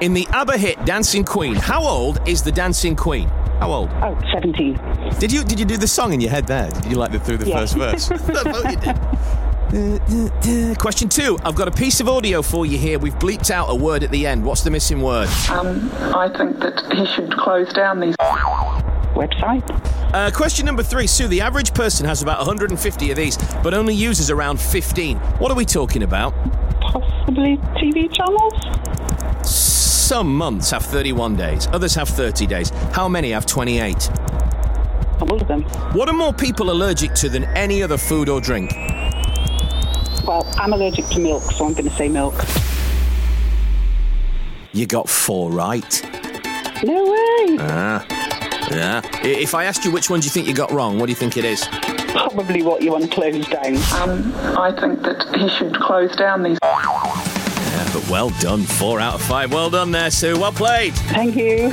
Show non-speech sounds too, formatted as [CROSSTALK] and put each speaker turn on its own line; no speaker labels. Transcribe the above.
In the ABBA hit Dancing Queen, how old is the Dancing Queen? How old?
Oh, 17.
Did you did you do the song in your head there? Did you like the through the
Yeah.
first verse? That's what you did. [LAUGHS] Uh, uh, uh. Question two. I've got a piece of audio for you here. We've bleeped out a word at the end. What's the missing word?
Um, I think that he should close down these.
Website?
Uh, question number three. Sue, the average person has about 150 of these, but only uses around 15. What are we talking about?
Possibly TV channels?
Some months have 31 days, others have 30 days. How many have 28?
All of them.
What are more people allergic to than any other food or drink?
Well, I'm allergic to milk, so I'm going to say milk.
You got four right.
No way!
Yeah. I- If I asked you which one do you think you got wrong, what do you think it is?
Probably what you want to close down.
Um, I think that he should close down these.
Yeah, but well done. Four out of five. Well done there, Sue. Well played.
Thank you.